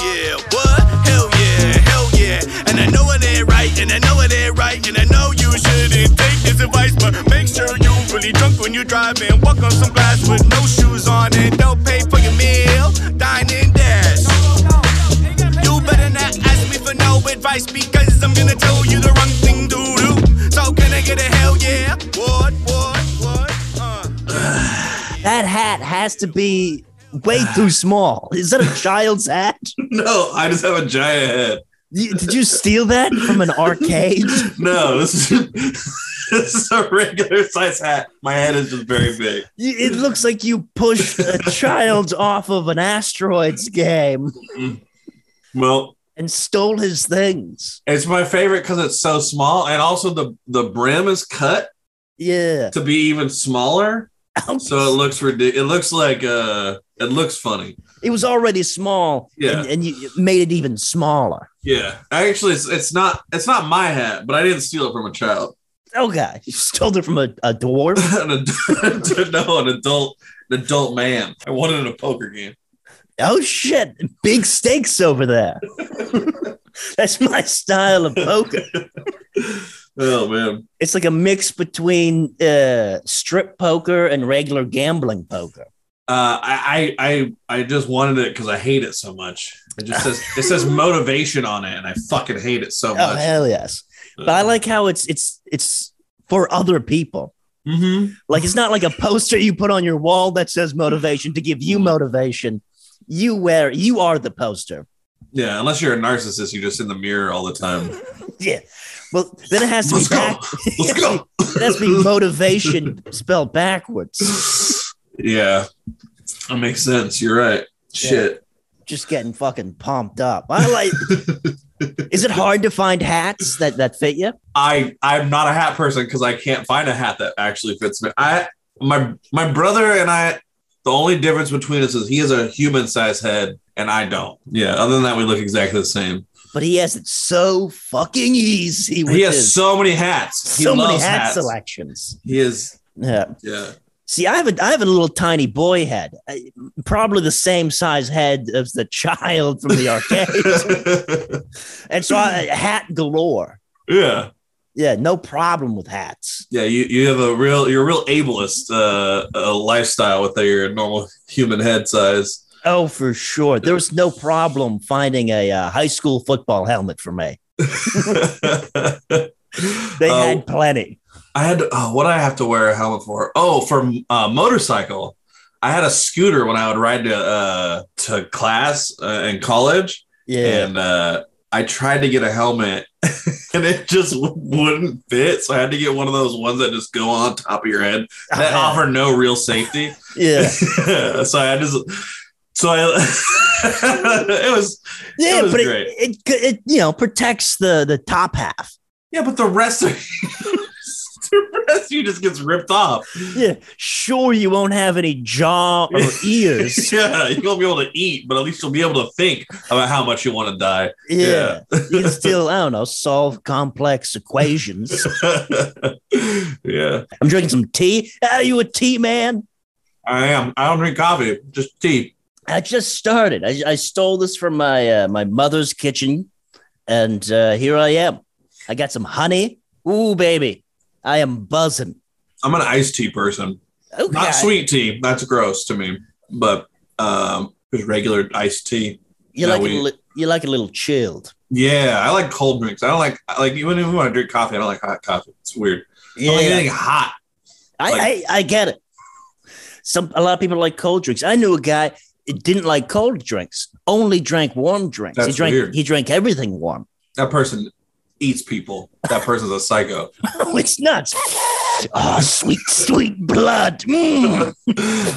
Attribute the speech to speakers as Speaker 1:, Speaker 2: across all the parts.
Speaker 1: yeah, what? Hell yeah, hell yeah. And I know it ain't right, and I know it ain't right, and I know you shouldn't take this advice, but make sure you really drunk when you drive and walk on some glass with no shoes on and don't pay for your meal. Dine and dash. You better not ask me for no advice because I'm gonna tell you the wrong thing to do. So can I get a hell yeah? What, what, what? Uh.
Speaker 2: That hat has to be way too small. Is that a child's hat?
Speaker 3: No, I just have a giant head.
Speaker 2: You- Did you steal that from an arcade?
Speaker 3: No, this is this is a regular size hat. My head is just very big.
Speaker 2: You- It looks like you pushed a child off of an asteroids game
Speaker 3: Well,
Speaker 2: and stole his things.
Speaker 3: it's my favorite because it's so small, and also the the brim is cut
Speaker 2: Yeah.
Speaker 3: to be even smaller, so it looks ridiculous. It looks like uh, it looks funny.
Speaker 2: It was already small,
Speaker 3: Yeah.
Speaker 2: and, and you you made it even smaller.
Speaker 3: Yeah, actually, it's it's not it's not my hat, but I didn't steal it from a child.
Speaker 2: Okay, you stole it from a, a dwarf.
Speaker 3: an adult, no, an adult, an adult man. I won it in a poker game.
Speaker 2: Oh shit! Big stakes over there. That's my style of poker.
Speaker 3: Oh man.
Speaker 2: It's like a mix between uh, strip poker and regular gambling poker.
Speaker 3: Uh, I, I I I just wanted it because I hate it so much. It just says it says motivation on it, and I fucking hate it so
Speaker 2: Oh
Speaker 3: much.
Speaker 2: hell yes! But I like how it's it's it's for other people.
Speaker 3: Mhm.
Speaker 2: Like it's not like a poster you put on your wall that says motivation to give you motivation. You wear you are the poster.
Speaker 3: Yeah, unless you're a narcissist, you're just in the mirror all the time.
Speaker 2: Yeah. Well, then it has to
Speaker 3: Let's
Speaker 2: be
Speaker 3: go.
Speaker 2: back.
Speaker 3: Let's go.
Speaker 2: it has to be motivation spelled backwards.
Speaker 3: Yeah, that makes sense. You're right. Shit.
Speaker 2: Just getting fucking pumped up. I like. Is it hard to find hats that that fit you?
Speaker 3: I I'm not a hat person because I can't find a hat that actually fits me. I my my brother and I the only difference between us is he has a human sized head and I don't. Yeah. Other than that, we look exactly the same.
Speaker 2: But he has it so fucking easy. With
Speaker 3: He has
Speaker 2: his,
Speaker 3: so many hats. He
Speaker 2: so many
Speaker 3: loves
Speaker 2: hat
Speaker 3: hats.
Speaker 2: selections.
Speaker 3: He is
Speaker 2: Yeah.
Speaker 3: yeah.
Speaker 2: See, I have a I have a little tiny boy head, I- probably the same size head as the child from the arcade, and so I, hat galore.
Speaker 3: yeah.
Speaker 2: Yeah, no problem with hats.
Speaker 3: Yeah. You you have a real you're a real ableist uh, uh lifestyle with your normal human head size.
Speaker 2: Oh, for sure. There was no problem finding a uh, high school football helmet for me. They
Speaker 3: Uh,
Speaker 2: had plenty.
Speaker 3: I had oh, what I have to wear a helmet for? Oh, for uh, motorcycle. I had a scooter when I would ride to uh, to class uh, in college,
Speaker 2: Yeah.
Speaker 3: and uh, I tried to get a helmet, and it just w- wouldn't fit. So I had to get one of those ones that just go on top of your head
Speaker 2: Oh,
Speaker 3: that offer no real safety.
Speaker 2: yeah.
Speaker 3: so I just so I it was
Speaker 2: Yeah,
Speaker 3: was
Speaker 2: but
Speaker 3: great.
Speaker 2: it, it, it you know protects the the top half.
Speaker 3: yeah, but the rest of the rest of you just gets ripped off.
Speaker 2: Yeah, sure you won't have any jaw or ears.
Speaker 3: Yeah, you won't be able to eat, but at least you'll be able to think about how much you want to die.
Speaker 2: Yeah. you can still I don't know solve complex equations.
Speaker 3: yeah,
Speaker 2: I'm drinking some tea. Are you a tea man?
Speaker 3: I am. I don't drink coffee, just tea.
Speaker 2: I just started. I, I stole this from my uh, my mother's kitchen, and uh, here I am. I got some honey. Ooh, baby, I am buzzing.
Speaker 3: I'm an iced tea person,
Speaker 2: Okay.
Speaker 3: not sweet tea. That's gross to me, but um, just regular iced tea.
Speaker 2: You
Speaker 3: No,
Speaker 2: like it?
Speaker 3: we-
Speaker 2: a li- You like it a little chilled?
Speaker 3: Yeah, I like cold drinks. I don't like like even if I want to drink coffee, I don't like hot coffee. It's weird. I don't like anything hot.
Speaker 2: I,
Speaker 3: Like-
Speaker 2: I, I get it. Some a lot of people like cold drinks. I knew a guy that didn't like cold drinks, only drank warm drinks. he
Speaker 3: That's
Speaker 2: drank
Speaker 3: weird.
Speaker 2: he drank everything warm.
Speaker 3: That person eats people. That person's a psycho.
Speaker 2: Oh, it's nuts. Oh, sweet, sweet blood. Mm.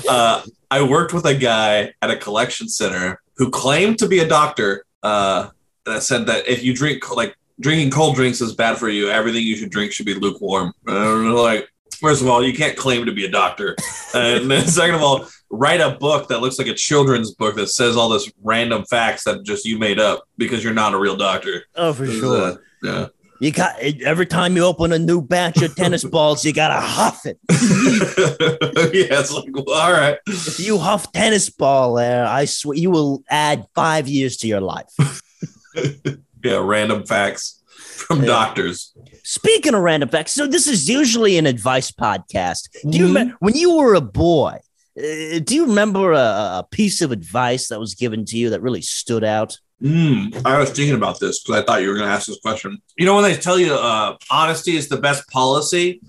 Speaker 3: uh, I worked with a guy at a collection center who claimed to be a doctor uh, that said that if you drink like drinking cold drinks is bad for you, everything you should drink should be lukewarm. And I'm like, first of all, you can't claim to be a doctor, and then second of all, write a book that looks like a children's book that says all this random facts that just you made up because you're not a real doctor.
Speaker 2: Oh, for
Speaker 3: This is,
Speaker 2: sure.
Speaker 3: uh, yeah.
Speaker 2: You got every time you open a new batch of tennis balls, you gotta huff it.
Speaker 3: yeah, it's like, well, all right.
Speaker 2: If you huff tennis ball there, I swear you will add five years to your life.
Speaker 3: Yeah, random facts from
Speaker 2: Yeah.
Speaker 3: doctors.
Speaker 2: Speaking of random facts, so this is usually an advice podcast. Do you
Speaker 3: Mhm.
Speaker 2: remember when you were a boy? Uh, do you remember a, a piece of advice that was given to you that really stood out?
Speaker 3: Mm, I was thinking about this because I thought you were going to ask this question. You know, when they tell you uh, honesty is the best policy,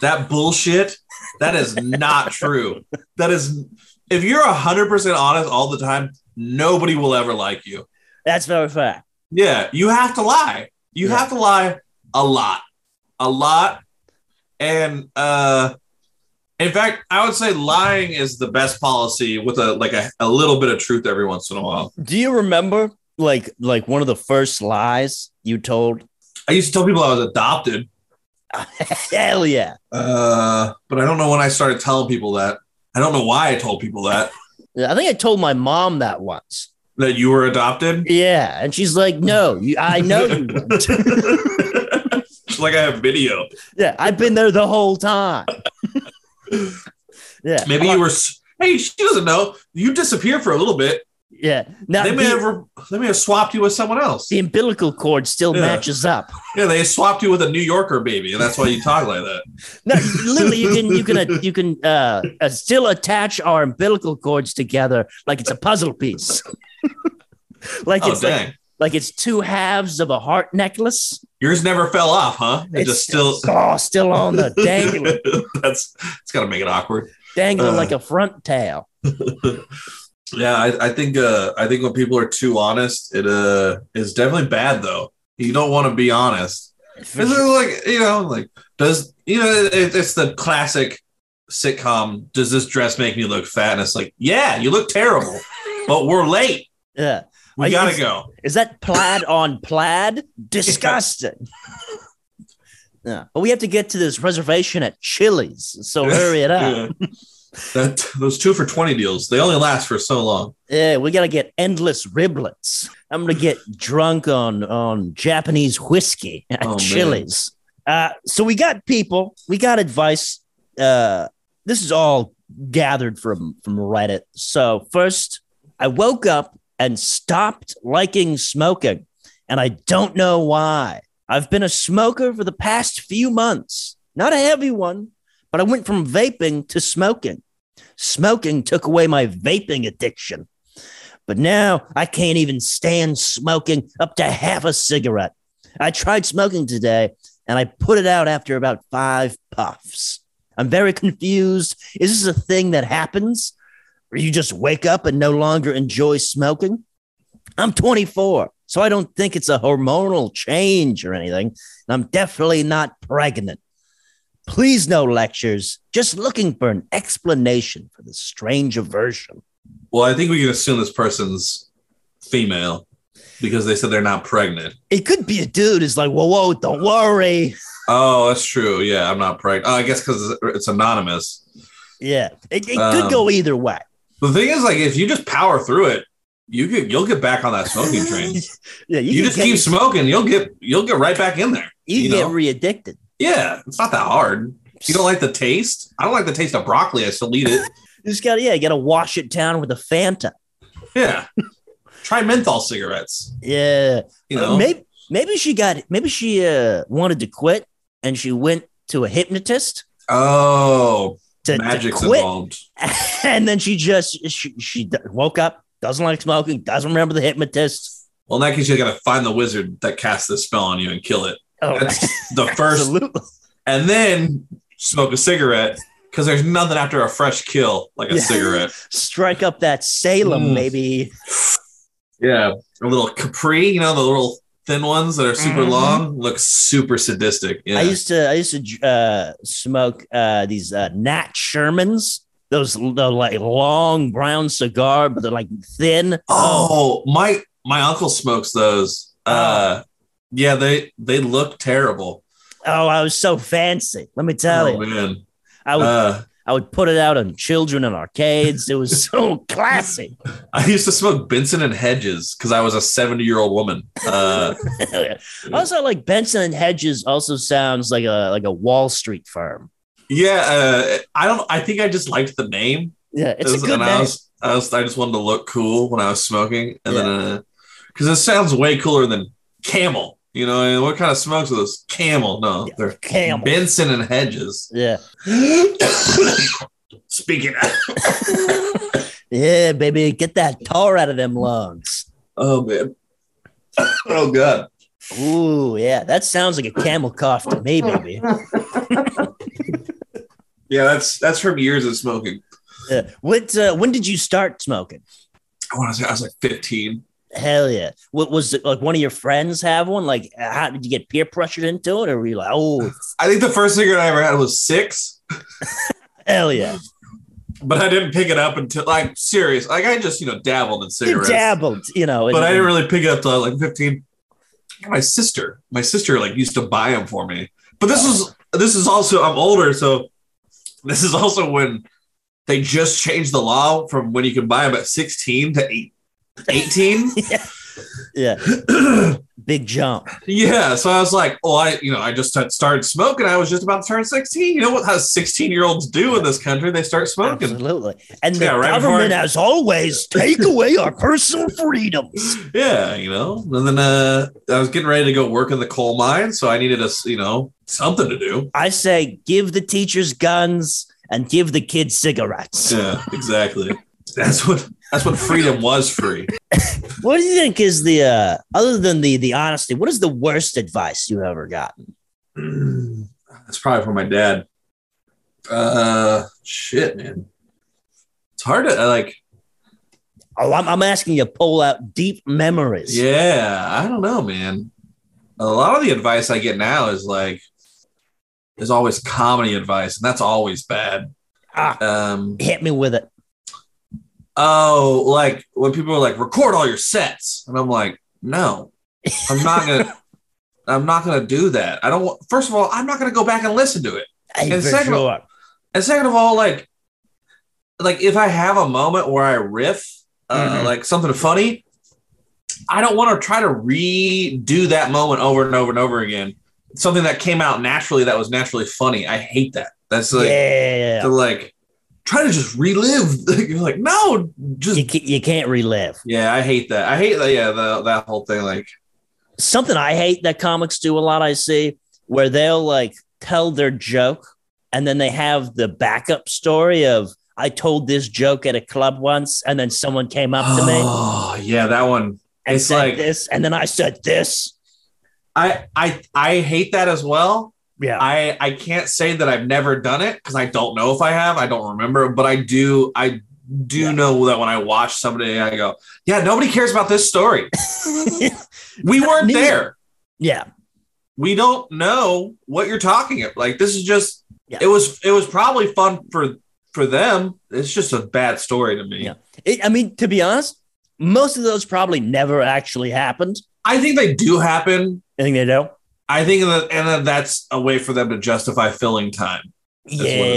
Speaker 3: that bullshit, that is not true. That is, if you're 100% honest all the time, nobody will ever like you.
Speaker 2: That's very fair.
Speaker 3: Yeah, you have to lie. You
Speaker 2: Yeah.
Speaker 3: have to lie a lot, a lot, and uh, in fact, I would say lying is the best policy with a like a, a little bit of truth every once in a while.
Speaker 2: Do you remember like like one of the first lies you told?
Speaker 3: I used to tell people I was adopted,
Speaker 2: Hell yeah.
Speaker 3: uh, but I don't know when I started telling people that. I don't know why I told people that
Speaker 2: I think I told my mom that once.
Speaker 3: that you were adopted.
Speaker 2: Yeah, and she's like, "No, you, I know you weren't.
Speaker 3: It's like I have video.
Speaker 2: yeah, I've been there the whole time." yeah,
Speaker 3: Maybe you were. s- Hey, she doesn't know. You disappear for a little bit.
Speaker 2: yeah. Now
Speaker 3: They
Speaker 2: the,
Speaker 3: may have re- they may have swapped you with someone else.
Speaker 2: the umbilical cord still
Speaker 3: Yeah.
Speaker 2: matches up.
Speaker 3: Yeah, they swapped you with a New Yorker baby, and that's why you talk like that.
Speaker 2: No, literally, you can you can you can uh, uh, still attach our umbilical cords together like it's a puzzle piece. like
Speaker 3: oh,
Speaker 2: it's like,
Speaker 3: dang.
Speaker 2: like it's two halves of a heart necklace.
Speaker 3: Yours never fell off, huh? It
Speaker 2: It's
Speaker 3: just still.
Speaker 2: oh, still on the dangling.
Speaker 3: that's it's got to make it awkward.
Speaker 2: dangling
Speaker 3: Uh.
Speaker 2: like a front tail.
Speaker 3: Yeah, I, I think uh, I think when people are too honest, it uh is definitely bad though. You don't want to be honest. Is it like you know like does you know it, it's the classic sitcom? Does this dress make me look fat? And it's like, yeah, you look terrible, but we're late.
Speaker 2: Yeah.
Speaker 3: We
Speaker 2: Are you-
Speaker 3: gotta go.
Speaker 2: Is that plaid on plaid? Disgusting. yeah. But we have to get to this reservation at Chili's. So hurry it up.
Speaker 3: Yeah. That those two for twenty deals, they only last for so long.
Speaker 2: Yeah, Eh, we gotta get endless riblets. I'm gonna get drunk on on Japanese whiskey at
Speaker 3: Oh, man.
Speaker 2: Chili's. Uh, so we got people, we got advice. Uh, this is all gathered from from Reddit. So first, I woke up and stopped liking smoking, and I don't know why. I've been a smoker for the past few months, not a heavy one, but I went from vaping to smoking. Smoking took away my vaping addiction. But now I can't even stand smoking up to half a cigarette. I tried smoking today and I put it out after about five puffs. I'm very confused. Is this a thing that happens? Or you just wake up and no longer enjoy smoking? I'm 24, so I don't think it's a hormonal change or anything. And I'm definitely not pregnant. Please, no lectures. Just looking for an explanation for this strange aversion.
Speaker 3: Well, I think we can assume this person's female because they said they're not pregnant.
Speaker 2: It could be a dude who's like, whoa, whoa, don't worry.
Speaker 3: Oh, that's true. Yeah, I'm not pregnant. Oh, I guess because it's anonymous.
Speaker 2: Yeah. It, it
Speaker 3: Um,
Speaker 2: could go either way.
Speaker 3: The thing is, like, if you just power through it, you could you'll get back on that smoking train. you
Speaker 2: yeah, you, can
Speaker 3: just
Speaker 2: get,
Speaker 3: keep smoking, you'll get you'll get right back in there.
Speaker 2: you,
Speaker 3: you
Speaker 2: can
Speaker 3: know?
Speaker 2: get re addicted.
Speaker 3: Yeah, it's not that hard. You don't like the taste? I don't like the taste of broccoli. I still eat it.
Speaker 2: You just gotta, yeah, you gotta wash it down with a Fanta.
Speaker 3: Yeah. Try menthol cigarettes.
Speaker 2: Yeah.
Speaker 3: You know,
Speaker 2: maybe, maybe she got, maybe she uh, wanted to quit and she went to a hypnotist
Speaker 3: oh,
Speaker 2: to, to
Speaker 3: magic's
Speaker 2: quit.
Speaker 3: involved.
Speaker 2: and then she just, she, she d- woke up, doesn't like smoking, doesn't remember the hypnotist.
Speaker 3: Well, in that case, you got to find the wizard that casts this spell on you and kill it.
Speaker 2: Oh,
Speaker 3: That's the first,
Speaker 2: absolutely.
Speaker 3: and then smoke a cigarette because there's nothing after a fresh kill like a
Speaker 2: Yeah.
Speaker 3: cigarette.
Speaker 2: Strike up that Salem,
Speaker 3: Mm.
Speaker 2: maybe.
Speaker 3: Yeah, a little Capri, you know, the little thin ones that are super
Speaker 2: Mhm.
Speaker 3: long, look super sadistic. Yeah,
Speaker 2: I used to I used to uh, smoke uh, these uh, Nat Shermans. Those the, like long brown cigar, but they're like thin.
Speaker 3: oh, my my uncle smokes those.
Speaker 2: Oh.
Speaker 3: Uh, yeah, they they look terrible.
Speaker 2: Oh, I was so fancy. Let me tell
Speaker 3: Oh
Speaker 2: you,
Speaker 3: man,
Speaker 2: I would
Speaker 3: uh,
Speaker 2: I would put it out on children and arcades. It was so classy.
Speaker 3: I used to smoke Benson and Hedges because I was a 70 year old woman. Uh,
Speaker 2: also, like Benson and Hedges also sounds like a like a Wall Street firm.
Speaker 3: yeah, uh, I don't. I think I just liked the name.
Speaker 2: Yeah, it's a
Speaker 3: and
Speaker 2: good
Speaker 3: I
Speaker 2: name.
Speaker 3: was, I was, I just wanted to look cool when I was smoking, and then because it sounds way cooler than Camel. You know, and what kind of smokes are those? Camel? No,
Speaker 2: Yeah,
Speaker 3: they're
Speaker 2: Camel.
Speaker 3: Benson and Hedges.
Speaker 2: Yeah,
Speaker 3: Speaking. Of,
Speaker 2: yeah, baby, get that tar out of them lungs.
Speaker 3: oh man. oh god.
Speaker 2: Ooh, yeah, that sounds like a camel cough to me, baby.
Speaker 3: Yeah, that's that's from years of smoking.
Speaker 2: Yeah. What? Uh, when did you start smoking?
Speaker 3: I want to say I was like 15.
Speaker 2: Hell yeah! What was it like? One of your friends have one? Like, uh, how did you get peer pressured into it, or were you like, oh,
Speaker 3: I think the first cigarette I ever had was six.
Speaker 2: hell yeah,
Speaker 3: but I didn't pick it up until like serious. Like I just you know dabbled in
Speaker 2: you
Speaker 3: cigarettes,
Speaker 2: dabbled, you know? in-
Speaker 3: but I didn't really pick it up till I was like fifteen. My sister, my sister like used to buy them for me. But this was this is also I'm older, so this is also when they just changed the law from when you can buy them at sixteen to eight, 18.
Speaker 2: yeah, big jump.
Speaker 3: yeah, so I was like, oh, I you know I just had started smoking. I was just about to turn sixteen. You know what? How sixteen year olds do in this country? They start smoking.
Speaker 2: Absolutely, and the
Speaker 3: Yeah, right before-
Speaker 2: government, as always, take away our personal freedoms.
Speaker 3: Yeah, you know. And then uh, I was getting ready to go work in the coal mine, so I needed a s- you know something to do.
Speaker 2: I say, give the teachers guns and give the kids cigarettes.
Speaker 3: Yeah, exactly. that's what that's what freedom was free.
Speaker 2: What do you think is the uh, other than the the honesty? What is the worst advice you've ever gotten?
Speaker 3: That's probably from my dad. Uh, shit, man. It's hard to uh, like.
Speaker 2: Oh, I'm, I'm asking you to pull out deep memories.
Speaker 3: Yeah, I don't know, man. A lot of the advice I get now is like, there's always comedy advice, and that's always bad.
Speaker 2: Ah,
Speaker 3: Um,
Speaker 2: hit me with it.
Speaker 3: oh, like when people are like, record all your sets, and I'm like, no, I'm not gonna, I'm not gonna do that. I don't. wa- First of all, I'm not gonna go back and listen to it,
Speaker 2: Hey,
Speaker 3: And
Speaker 2: for
Speaker 3: second of-
Speaker 2: sure.
Speaker 3: and second of all, like, like if I have a moment where I riff, uh,
Speaker 2: Mhm.
Speaker 3: like something funny, I don't want to try to redo that moment over and over and over again. Something that came out naturally, that was naturally funny. I hate that. That's like,
Speaker 2: yeah,
Speaker 3: to like try to just relive. You're like, no, just
Speaker 2: you, ca- you can't relive.
Speaker 3: Yeah, I hate that. I hate that. Yeah, the, that whole thing. Like,
Speaker 2: Something I hate that comics do a lot. I see where they'll like tell their joke and then they have the backup story of I told this joke at a club once and then someone came up to me
Speaker 3: oh yeah, that one.
Speaker 2: and
Speaker 3: it's
Speaker 2: said
Speaker 3: like-
Speaker 2: this and then I said this.
Speaker 3: I I I hate that as well.
Speaker 2: Yeah,
Speaker 3: I I can't say that I've never done it because I don't know if I have. I don't remember, but I do. I do
Speaker 2: Yeah.
Speaker 3: know that when I watch somebody, I go, yeah, nobody cares about this story. We weren't
Speaker 2: me.
Speaker 3: there.
Speaker 2: yeah.
Speaker 3: We don't know what you're talking about. Like this is just.
Speaker 2: Yeah.
Speaker 3: It was it was probably fun for for them. It's just a bad story to me.
Speaker 2: Yeah. It, I mean, to be honest, most of those probably never actually happened.
Speaker 3: I think they do happen
Speaker 2: I think they do.
Speaker 3: I think that and that that's a way for them to justify filling time. That's
Speaker 2: Yeah.
Speaker 3: what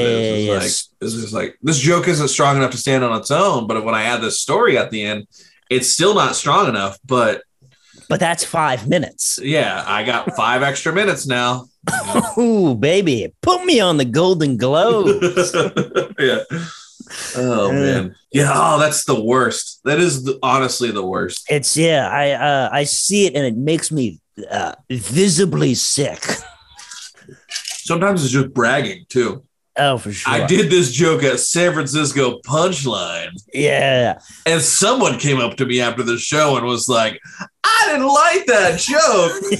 Speaker 3: it is. It's like it's just like this joke isn't strong enough to stand on its own, but when I add this story at the end, it's still not strong enough. But
Speaker 2: but that's five minutes.
Speaker 3: yeah, I got five extra minutes now.
Speaker 2: Ooh, baby, put me on the Golden Globe.
Speaker 3: yeah. Oh man. Yeah. Oh, that's the worst. That is the, honestly the worst.
Speaker 2: it's yeah, I uh, I see it and it makes me uh, visibly sick.
Speaker 3: Sometimes it's just bragging too.
Speaker 2: Oh, for sure.
Speaker 3: I did this joke at San Francisco Punchline.
Speaker 2: Yeah,
Speaker 3: And someone came up to me after the show and was like, I didn't like that joke.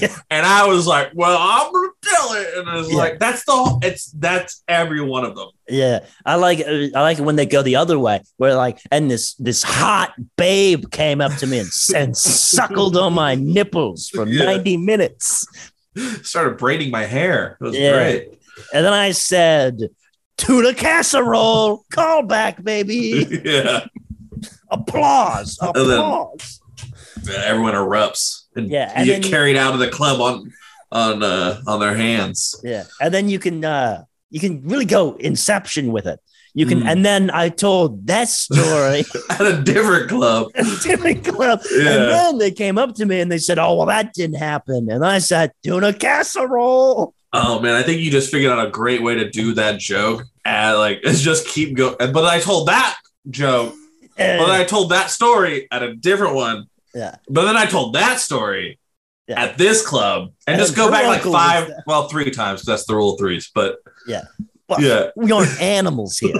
Speaker 2: Yeah.
Speaker 3: And I was like, well, I'm going to tell it. And I was
Speaker 2: Yeah.
Speaker 3: like, that's the whole, it's, that's every one of them.
Speaker 2: yeah. I like uh, I like it when they go the other way, where like, and this this hot babe came up to me and, s- and suckled on my nipples for
Speaker 3: Yeah.
Speaker 2: ninety minutes,
Speaker 3: Started braiding my hair. It was
Speaker 2: Yeah.
Speaker 3: great.
Speaker 2: and then I said, "Tuna casserole, call back, baby."
Speaker 3: yeah.
Speaker 2: applause,
Speaker 3: then-
Speaker 2: applause.
Speaker 3: Everyone erupts. And
Speaker 2: Yeah, and
Speaker 3: you
Speaker 2: then
Speaker 3: get
Speaker 2: you-
Speaker 3: carried out of the club on, on, uh, on their hands.
Speaker 2: Yeah, and then you can uh, you can really go inception with it. You can,
Speaker 3: Mm.
Speaker 2: and then I told that story
Speaker 3: at a different club.
Speaker 2: to the club. And
Speaker 3: Yeah.
Speaker 2: then they came up to me and they said, Oh, well, that didn't happen. And I said, Tuna casserole.
Speaker 3: Oh man, I think you just figured out a great way to do that joke. And like, it's just keep going. But I told that joke,
Speaker 2: And-
Speaker 3: but I told that story at a different one.
Speaker 2: Yeah.
Speaker 3: But then I told that story
Speaker 2: Yeah.
Speaker 3: at this club, and,
Speaker 2: And
Speaker 3: just go
Speaker 2: her
Speaker 3: back like
Speaker 2: uncle
Speaker 3: five,
Speaker 2: was
Speaker 3: well, three times. 'cause That's the rule of threes. But
Speaker 2: Yeah.
Speaker 3: yeah,
Speaker 2: we aren't animals here.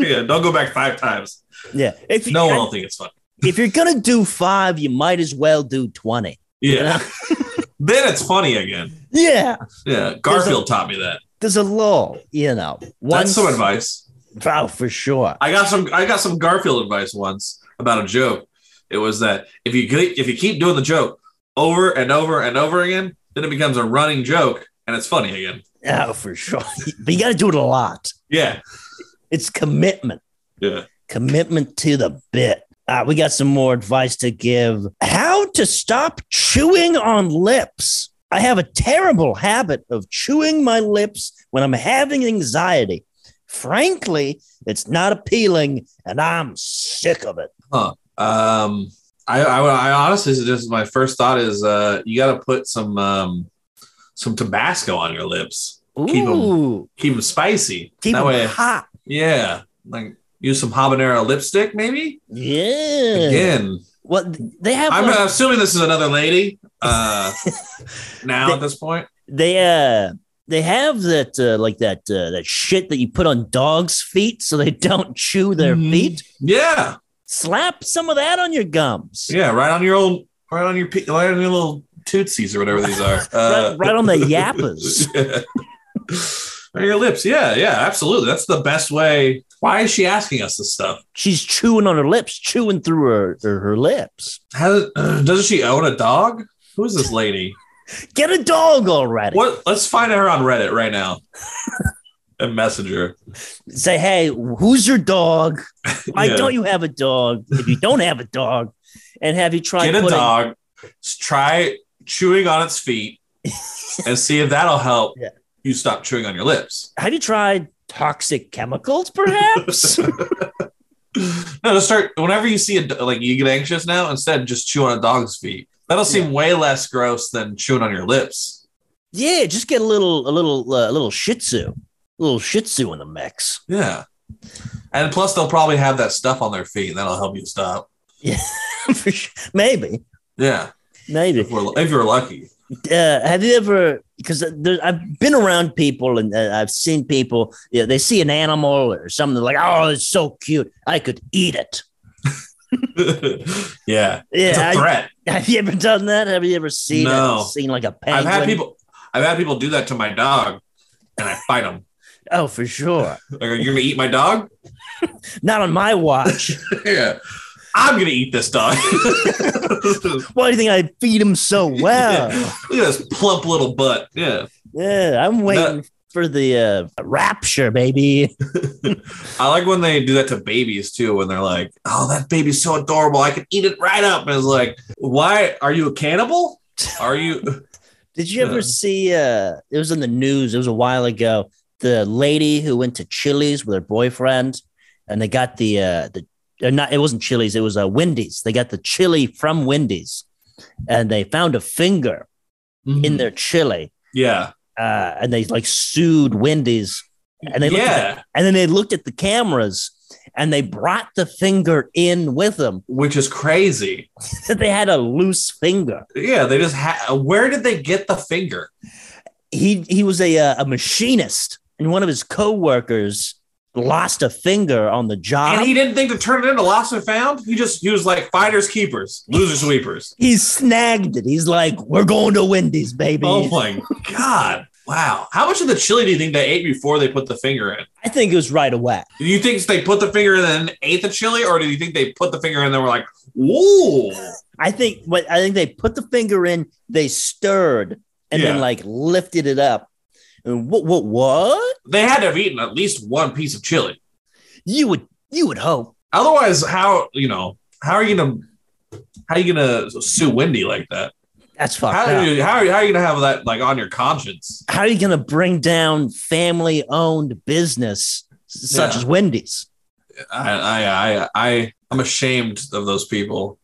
Speaker 3: yeah. Don't go back five times.
Speaker 2: Yeah. If, you,
Speaker 3: No one will think it's funny.
Speaker 2: if you're going to do five, you might as well do 20.
Speaker 3: Yeah. then it's funny again.
Speaker 2: Yeah.
Speaker 3: Yeah. Garfield taught me that.
Speaker 2: There's a lull, you know.
Speaker 3: That's some advice.
Speaker 2: Oh, for sure.
Speaker 3: I got some I got some Garfield advice once about a joke. It was that if you ke- if you keep doing the joke over and over and over again, then it becomes a running joke and it's funny again.
Speaker 2: Oh, for sure. but you got to do it a lot.
Speaker 3: Yeah.
Speaker 2: It's commitment,
Speaker 3: Yeah.
Speaker 2: commitment to the bit. Uh, we got some more advice to give. How to stop chewing on lips. I have a terrible habit of chewing my lips when I'm having anxiety. Frankly, it's not appealing and I'm sick of it.
Speaker 3: Um I, I, I honestly just my first thought is uh you got to put some um some Tabasco on your lips. Keep 'em-
Speaker 2: Ooh,
Speaker 3: Keep them spicy.
Speaker 2: keep
Speaker 3: that
Speaker 2: them
Speaker 3: way
Speaker 2: hot.
Speaker 3: yeah. Like use some habanero lipstick maybe?
Speaker 2: Yeah.
Speaker 3: Again.
Speaker 2: Well, they have
Speaker 3: I'm
Speaker 2: one-
Speaker 3: assuming this is another lady uh now at this point.
Speaker 2: they uh they have that uh, like that uh, that shit that you put on dogs' feet so they don't chew their
Speaker 3: Mhm.
Speaker 2: feet.
Speaker 3: Yeah,
Speaker 2: Slap some of that on your gums.
Speaker 3: yeah, right on your old, right on your, pe- right on your little tootsies or whatever these are. Uh,
Speaker 2: right, right on the yappers.
Speaker 3: yeah. Right on your lips. Yeah, yeah, absolutely. That's the best way. Why is she asking us this stuff?
Speaker 2: She's chewing on her lips, chewing through her, her, her lips.
Speaker 3: How uh, doesn't she own a dog? Who is this lady?
Speaker 2: Get a dog already.
Speaker 3: What? Let's find her on Reddit right now. And messenger.
Speaker 2: Say, hey, who's your dog? Why
Speaker 3: Yeah.
Speaker 2: don't you have a dog? If you don't have a dog, and have you tried
Speaker 3: Get a
Speaker 2: putting-
Speaker 3: dog. s- Try chewing on its feet, and see if that'll help
Speaker 2: Yeah.
Speaker 3: you stop chewing on your lips.
Speaker 2: Have you tried toxic chemicals, perhaps?
Speaker 3: No, just start whenever you see a do- like you get anxious now. Instead, just chew on a dog's feet. That'll seem way less gross than chewing on your lips.
Speaker 2: yeah, just get a little, a little, uh, a little Shih Tzu, a little Shih Tzu in the mix.
Speaker 3: Yeah, and plus they'll probably have that stuff on their feet, and that'll help you stop.
Speaker 2: For sure. maybe,
Speaker 3: Yeah, if,
Speaker 2: maybe.
Speaker 3: we're, if you're lucky.
Speaker 2: Uh, have you ever? Because I've been around people and uh, I've seen people. Yeah, they see an animal or something they're like, "Oh, it's so cute. I could eat it."
Speaker 3: yeah,
Speaker 2: Yeah,
Speaker 3: it's a
Speaker 2: I-
Speaker 3: threat.
Speaker 2: have you ever done that? Have you ever seen a-
Speaker 3: No.
Speaker 2: seen like a
Speaker 3: I've
Speaker 2: penguin?
Speaker 3: had people. I've had people do that to my dog, and I fight them.
Speaker 2: Oh, for sure.
Speaker 3: Like, are you gonna eat my dog?
Speaker 2: Not on my watch.
Speaker 3: yeah, I'm gonna eat this dog.
Speaker 2: Why do you think I feed him so well?
Speaker 3: Yeah. Look at this plump little butt. Yeah.
Speaker 2: Yeah, I'm waiting for the uh, rapture, baby.
Speaker 3: I like when they do that to babies too, when they're like, oh, that baby's so adorable. I can eat it right up. And it's like, why are you a cannibal? Are you?
Speaker 2: Did you ever
Speaker 3: Yeah.
Speaker 2: see? Uh, it was in the news. It was a while ago. The lady who went to Chili's with her boyfriend, and they got the uh, the or not. It wasn't Chili's. It was uh, Wendy's. They got the chili from Wendy's, and they found a finger in their chili,
Speaker 3: Yeah.
Speaker 2: uh, and they like sued Wendy's, and they looked at
Speaker 3: yeah.
Speaker 2: and then they looked at the cameras, and they brought the finger in with them.
Speaker 3: Which is crazy.
Speaker 2: they had a loose finger.
Speaker 3: Yeah. They just ha Where did they get the finger?
Speaker 2: he he was a uh, a machinist, and one of his coworkers lost a finger on the job.
Speaker 3: and
Speaker 2: He,
Speaker 3: he didn't think to turn it into lost and found. He just, he was like, fighters, keepers, loser sweepers.
Speaker 2: snagged it. He's like, "We're going to Wendy's, baby."
Speaker 3: Oh my God. Wow. How much of the chili do you think they ate before they put the finger in?
Speaker 2: I think it was right away.
Speaker 3: Do you think they put the finger in and then ate the chili, or do you think they put the finger in and then were like, "Whoa,
Speaker 2: I think what I think they put the finger in, they stirred, and then
Speaker 3: Yeah.
Speaker 2: like lifted it up. And what what what?
Speaker 3: they had to have eaten at least one piece of chili.
Speaker 2: You would you would hope.
Speaker 3: Otherwise, how you know how are you gonna how are you gonna sue Wendy like that?
Speaker 2: That's fucked
Speaker 3: How
Speaker 2: up.
Speaker 3: are you how are, you- how are you gonna have that like on your conscience?
Speaker 2: How are you going to bring down family owned business such
Speaker 3: Yeah.
Speaker 2: as Wendy's.
Speaker 3: I, I, I, I, I'm ashamed of those people.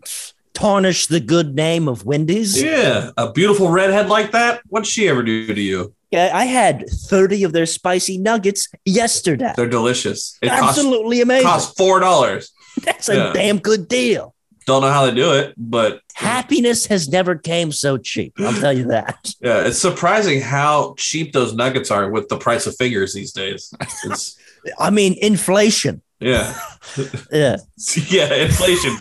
Speaker 2: Tarnish the good name of Wendy's.
Speaker 3: Yeah, a beautiful redhead like that. What'd she ever do to you?
Speaker 2: Yeah, I had 30 of their spicy nuggets yesterday.
Speaker 3: They're delicious. It costs,
Speaker 2: Absolutely amazing.
Speaker 3: costs four dollars.
Speaker 2: That's a
Speaker 3: yeah.
Speaker 2: damn good deal.
Speaker 3: Don't know how they do it, but
Speaker 2: Happiness has never came so cheap. I'll tell you that.
Speaker 3: yeah, it's surprising how cheap those nuggets are with the price of fingers these days. It's,
Speaker 2: I mean, inflation.
Speaker 3: yeah,
Speaker 2: Yeah.
Speaker 3: yeah, inflation.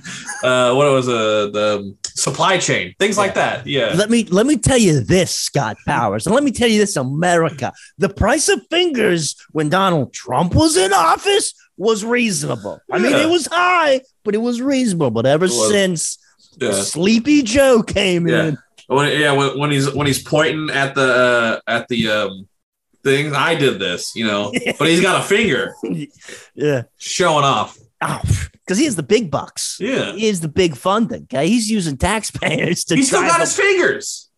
Speaker 3: Uh, what was uh, the supply chain? Things like that. Yeah,
Speaker 2: Let me let me tell you this, Scott Powers, and let me tell you this, America. The price of fingers when Donald Trump was in office was reasonable. I mean,
Speaker 3: Yeah.
Speaker 2: it was high, but it was reasonable. But ever
Speaker 3: It was.
Speaker 2: since
Speaker 3: yeah.
Speaker 2: Sleepy Joe came
Speaker 3: Yeah.
Speaker 2: in,
Speaker 3: When, yeah, when, when he's when he's pointing at the uh, at the um, thing, I did this, you know. But he's got a finger
Speaker 2: yeah,
Speaker 3: showing off.
Speaker 2: because he has the big bucks.
Speaker 3: Yeah,
Speaker 2: He has the big funding. Okay, he's using taxpayers to.
Speaker 3: he's still
Speaker 2: drive
Speaker 3: got
Speaker 2: a-
Speaker 3: his fingers.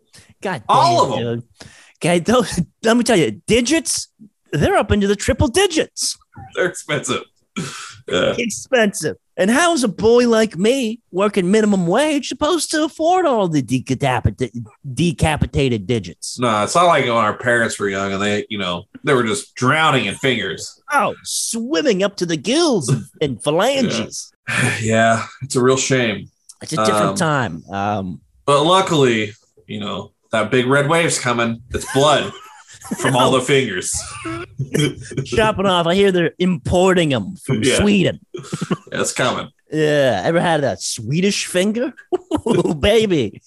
Speaker 2: God,
Speaker 3: all
Speaker 2: damn,
Speaker 3: of
Speaker 2: Dude. Okay, those, let me tell you, digits. They're up into the triple digits.
Speaker 3: They're expensive. Yeah,
Speaker 2: expensive. And how is a boy like me working minimum wage supposed to afford all the decapita- decapitated digits?
Speaker 3: no, it's not like when our parents were young and they, you know, they were just drowning in fingers.
Speaker 2: Oh, swimming up to the gills and- and phalanges.
Speaker 3: yeah, it's a real shame.
Speaker 2: It's a different
Speaker 3: Um,
Speaker 2: time. Um,
Speaker 3: But luckily, you know, that big red wave's coming. It's blood from all the fingers.
Speaker 2: chopping off. I hear they're importing them from
Speaker 3: Yeah.
Speaker 2: Sweden.
Speaker 3: Yeah, it's coming.
Speaker 2: Yeah, ever had that Swedish finger? Ooh, baby,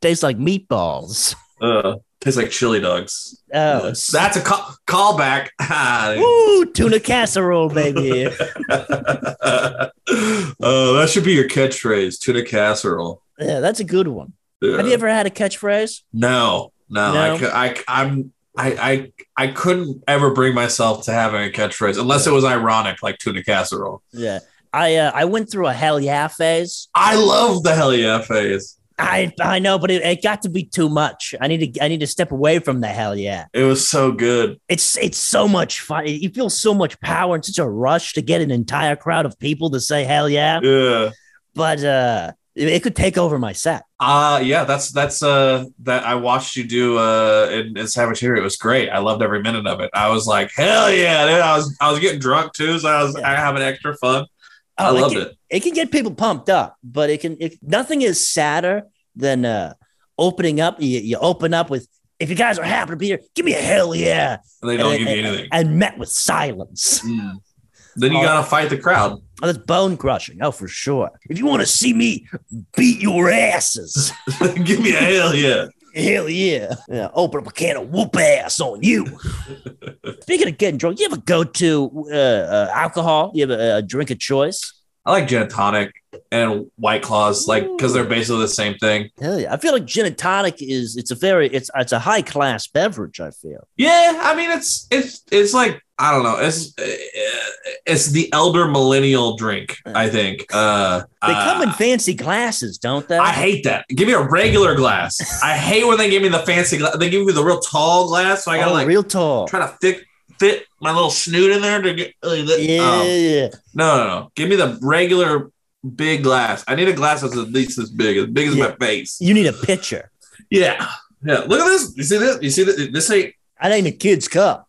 Speaker 2: tastes like meatballs.
Speaker 3: Uh, tastes like chili dogs.
Speaker 2: Oh,
Speaker 3: Yeah. That's a call- callback. Ah.
Speaker 2: Ooh, tuna casserole, baby.
Speaker 3: oh, that should be your catchphrase, tuna casserole.
Speaker 2: yeah, that's a good one.
Speaker 3: Yeah.
Speaker 2: Have you ever had a catchphrase?
Speaker 3: No, no,
Speaker 2: No?
Speaker 3: I cou- I, am I, I, I couldn't ever bring myself to having a catchphrase unless it was ironic, like tuna casserole.
Speaker 2: Yeah. I uh, I went through a hell yeah phase.
Speaker 3: I love the hell yeah phase.
Speaker 2: I I know, but it, it got to be too much. I need to I need to step away from the hell yeah.
Speaker 3: It was so good.
Speaker 2: It's it's so much fun. You feel so much power and such a rush to get an entire crowd of people to say hell yeah.
Speaker 3: Yeah.
Speaker 2: But uh, it, it could take over my set.
Speaker 3: Uh yeah, that's that's uh that I watched you do uh in, in Savage Hero. It was great. I loved every minute of it. I was like, hell yeah, dude. I was I was getting drunk too, so I was I having extra fun. I
Speaker 2: Oh,
Speaker 3: loved
Speaker 2: can,
Speaker 3: it.
Speaker 2: It can get people pumped up, but it can. It, nothing is sadder than uh, opening up. You, you open up with if you guys are happy to be here, give me a hell yeah,
Speaker 3: And they don't
Speaker 2: and-
Speaker 3: give you anything.
Speaker 2: and met with silence.
Speaker 3: Mm. Then you
Speaker 2: Oh.
Speaker 3: gotta fight the crowd.
Speaker 2: Oh, that's bone crushing. Oh, for sure. If you want to see me beat your asses,
Speaker 3: give me a hell yeah.
Speaker 2: hell yeah. yeah. Open up a can of whoop ass on you. Speaking of getting drunk, you ever go to uh, uh, alcohol? You have a, a drink of choice?
Speaker 3: I like gin and tonic and white claws, like because they're basically the same thing.
Speaker 2: Hell yeah. I feel like gin and tonic is, it's a very, it's, it's a high class beverage, I feel.
Speaker 3: Yeah, I mean it's it's it's like I don't know. It's uh, it's the elder millennial drink. I think uh,
Speaker 2: They come in
Speaker 3: uh,
Speaker 2: fancy glasses, don't they?
Speaker 3: I hate that. Give me a regular glass. I hate when they give me the fancy glass. They give me the real tall glass, so I gotta
Speaker 2: Oh,
Speaker 3: like
Speaker 2: real tall.
Speaker 3: try to fit fit my little snoot in there to get. Like, that-
Speaker 2: yeah,
Speaker 3: oh.
Speaker 2: yeah.
Speaker 3: No, no, no. Give me the regular big glass. I need a glass that's at least this big, as big as
Speaker 2: Yeah.
Speaker 3: my face.
Speaker 2: You need a pitcher.
Speaker 3: Yeah. Yeah. Look at this. You see this? You see this? This ain't.
Speaker 2: That ain't a kid's cup.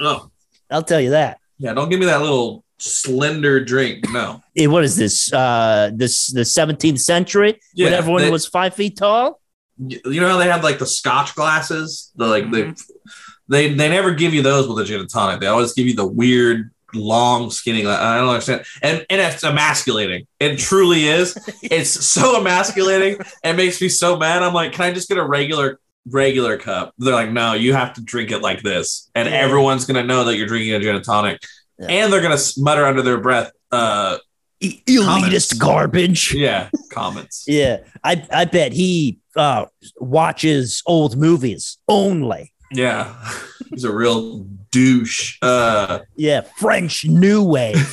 Speaker 3: Oh.
Speaker 2: I'll tell you that.
Speaker 3: Yeah. Don't give me that little slender drink. No.
Speaker 2: it, what is this? Uh, this the 17th century
Speaker 3: Yeah,
Speaker 2: when everyone
Speaker 3: they-
Speaker 2: was five feet tall.
Speaker 3: You you know how they have like the Scotch glasses? The like
Speaker 2: Mm-hmm.
Speaker 3: they they they never give you those with a gin and tonic. They always give you the weird long skinny. gla- I don't understand. And and it's emasculating. It truly is. it's so emasculating. It makes me so mad. I'm like, can I just get a regular regular cup? They're like, no, you have to drink it like this, and
Speaker 2: Yeah.
Speaker 3: everyone's gonna know that you're drinking a gin and tonic,
Speaker 2: Yeah.
Speaker 3: and they're gonna s- mutter under their breath. Uh,
Speaker 2: E-
Speaker 3: Comments.
Speaker 2: elitist garbage.
Speaker 3: yeah, comments.
Speaker 2: Yeah, I I bet he uh, watches old movies only.
Speaker 3: Yeah, he's a real douche. Uh.
Speaker 2: Yeah, French New Wave.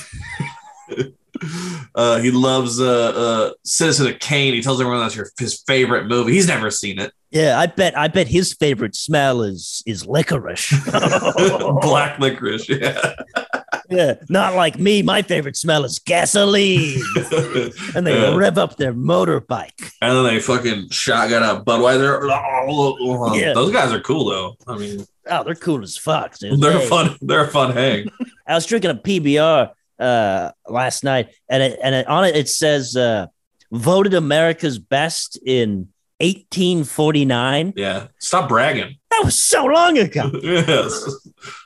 Speaker 3: Uh, he loves uh, uh, Citizen of Kane. He tells everyone that's your, his favorite movie. He's never seen it.
Speaker 2: yeah, I bet I bet his favorite smell is is licorice.
Speaker 3: Black licorice. Yeah.
Speaker 2: Yeah, not like me. My favorite smell is gasoline. And they
Speaker 3: Yeah.
Speaker 2: rev up their motorbike.
Speaker 3: And then they fucking shotgun a Budweiser.
Speaker 2: Yeah.
Speaker 3: Those guys are cool though. I mean,
Speaker 2: Oh, they're cool as fuck, dude.
Speaker 3: they're
Speaker 2: Hey.
Speaker 3: fun. They're a fun hang.
Speaker 2: I was drinking a PBR uh, last night, and it, and it, on it it says uh, voted America's best in 1849.
Speaker 3: Yeah. Stop bragging.
Speaker 2: That was so long ago.
Speaker 3: yes.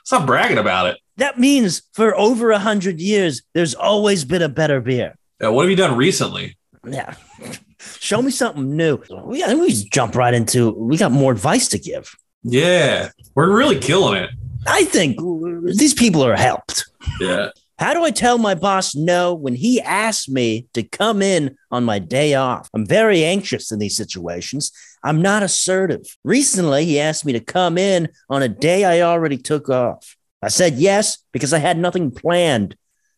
Speaker 3: Stop bragging about it.
Speaker 2: That means for over a hundred years, there's always been a better beer.
Speaker 3: Yeah, what have you done recently?
Speaker 2: Yeah. Show me something new. We, I think we just jump right into. We got more advice to give.
Speaker 3: Yeah. We're really killing it.
Speaker 2: I think uh, these people are helped.
Speaker 3: Yeah.
Speaker 2: How do I tell my boss no when he asks me to come in on my day off? I'm very anxious in these situations. I'm not assertive. Recently, he asked me to come in on a day I already took off. I said yes because I had nothing planned.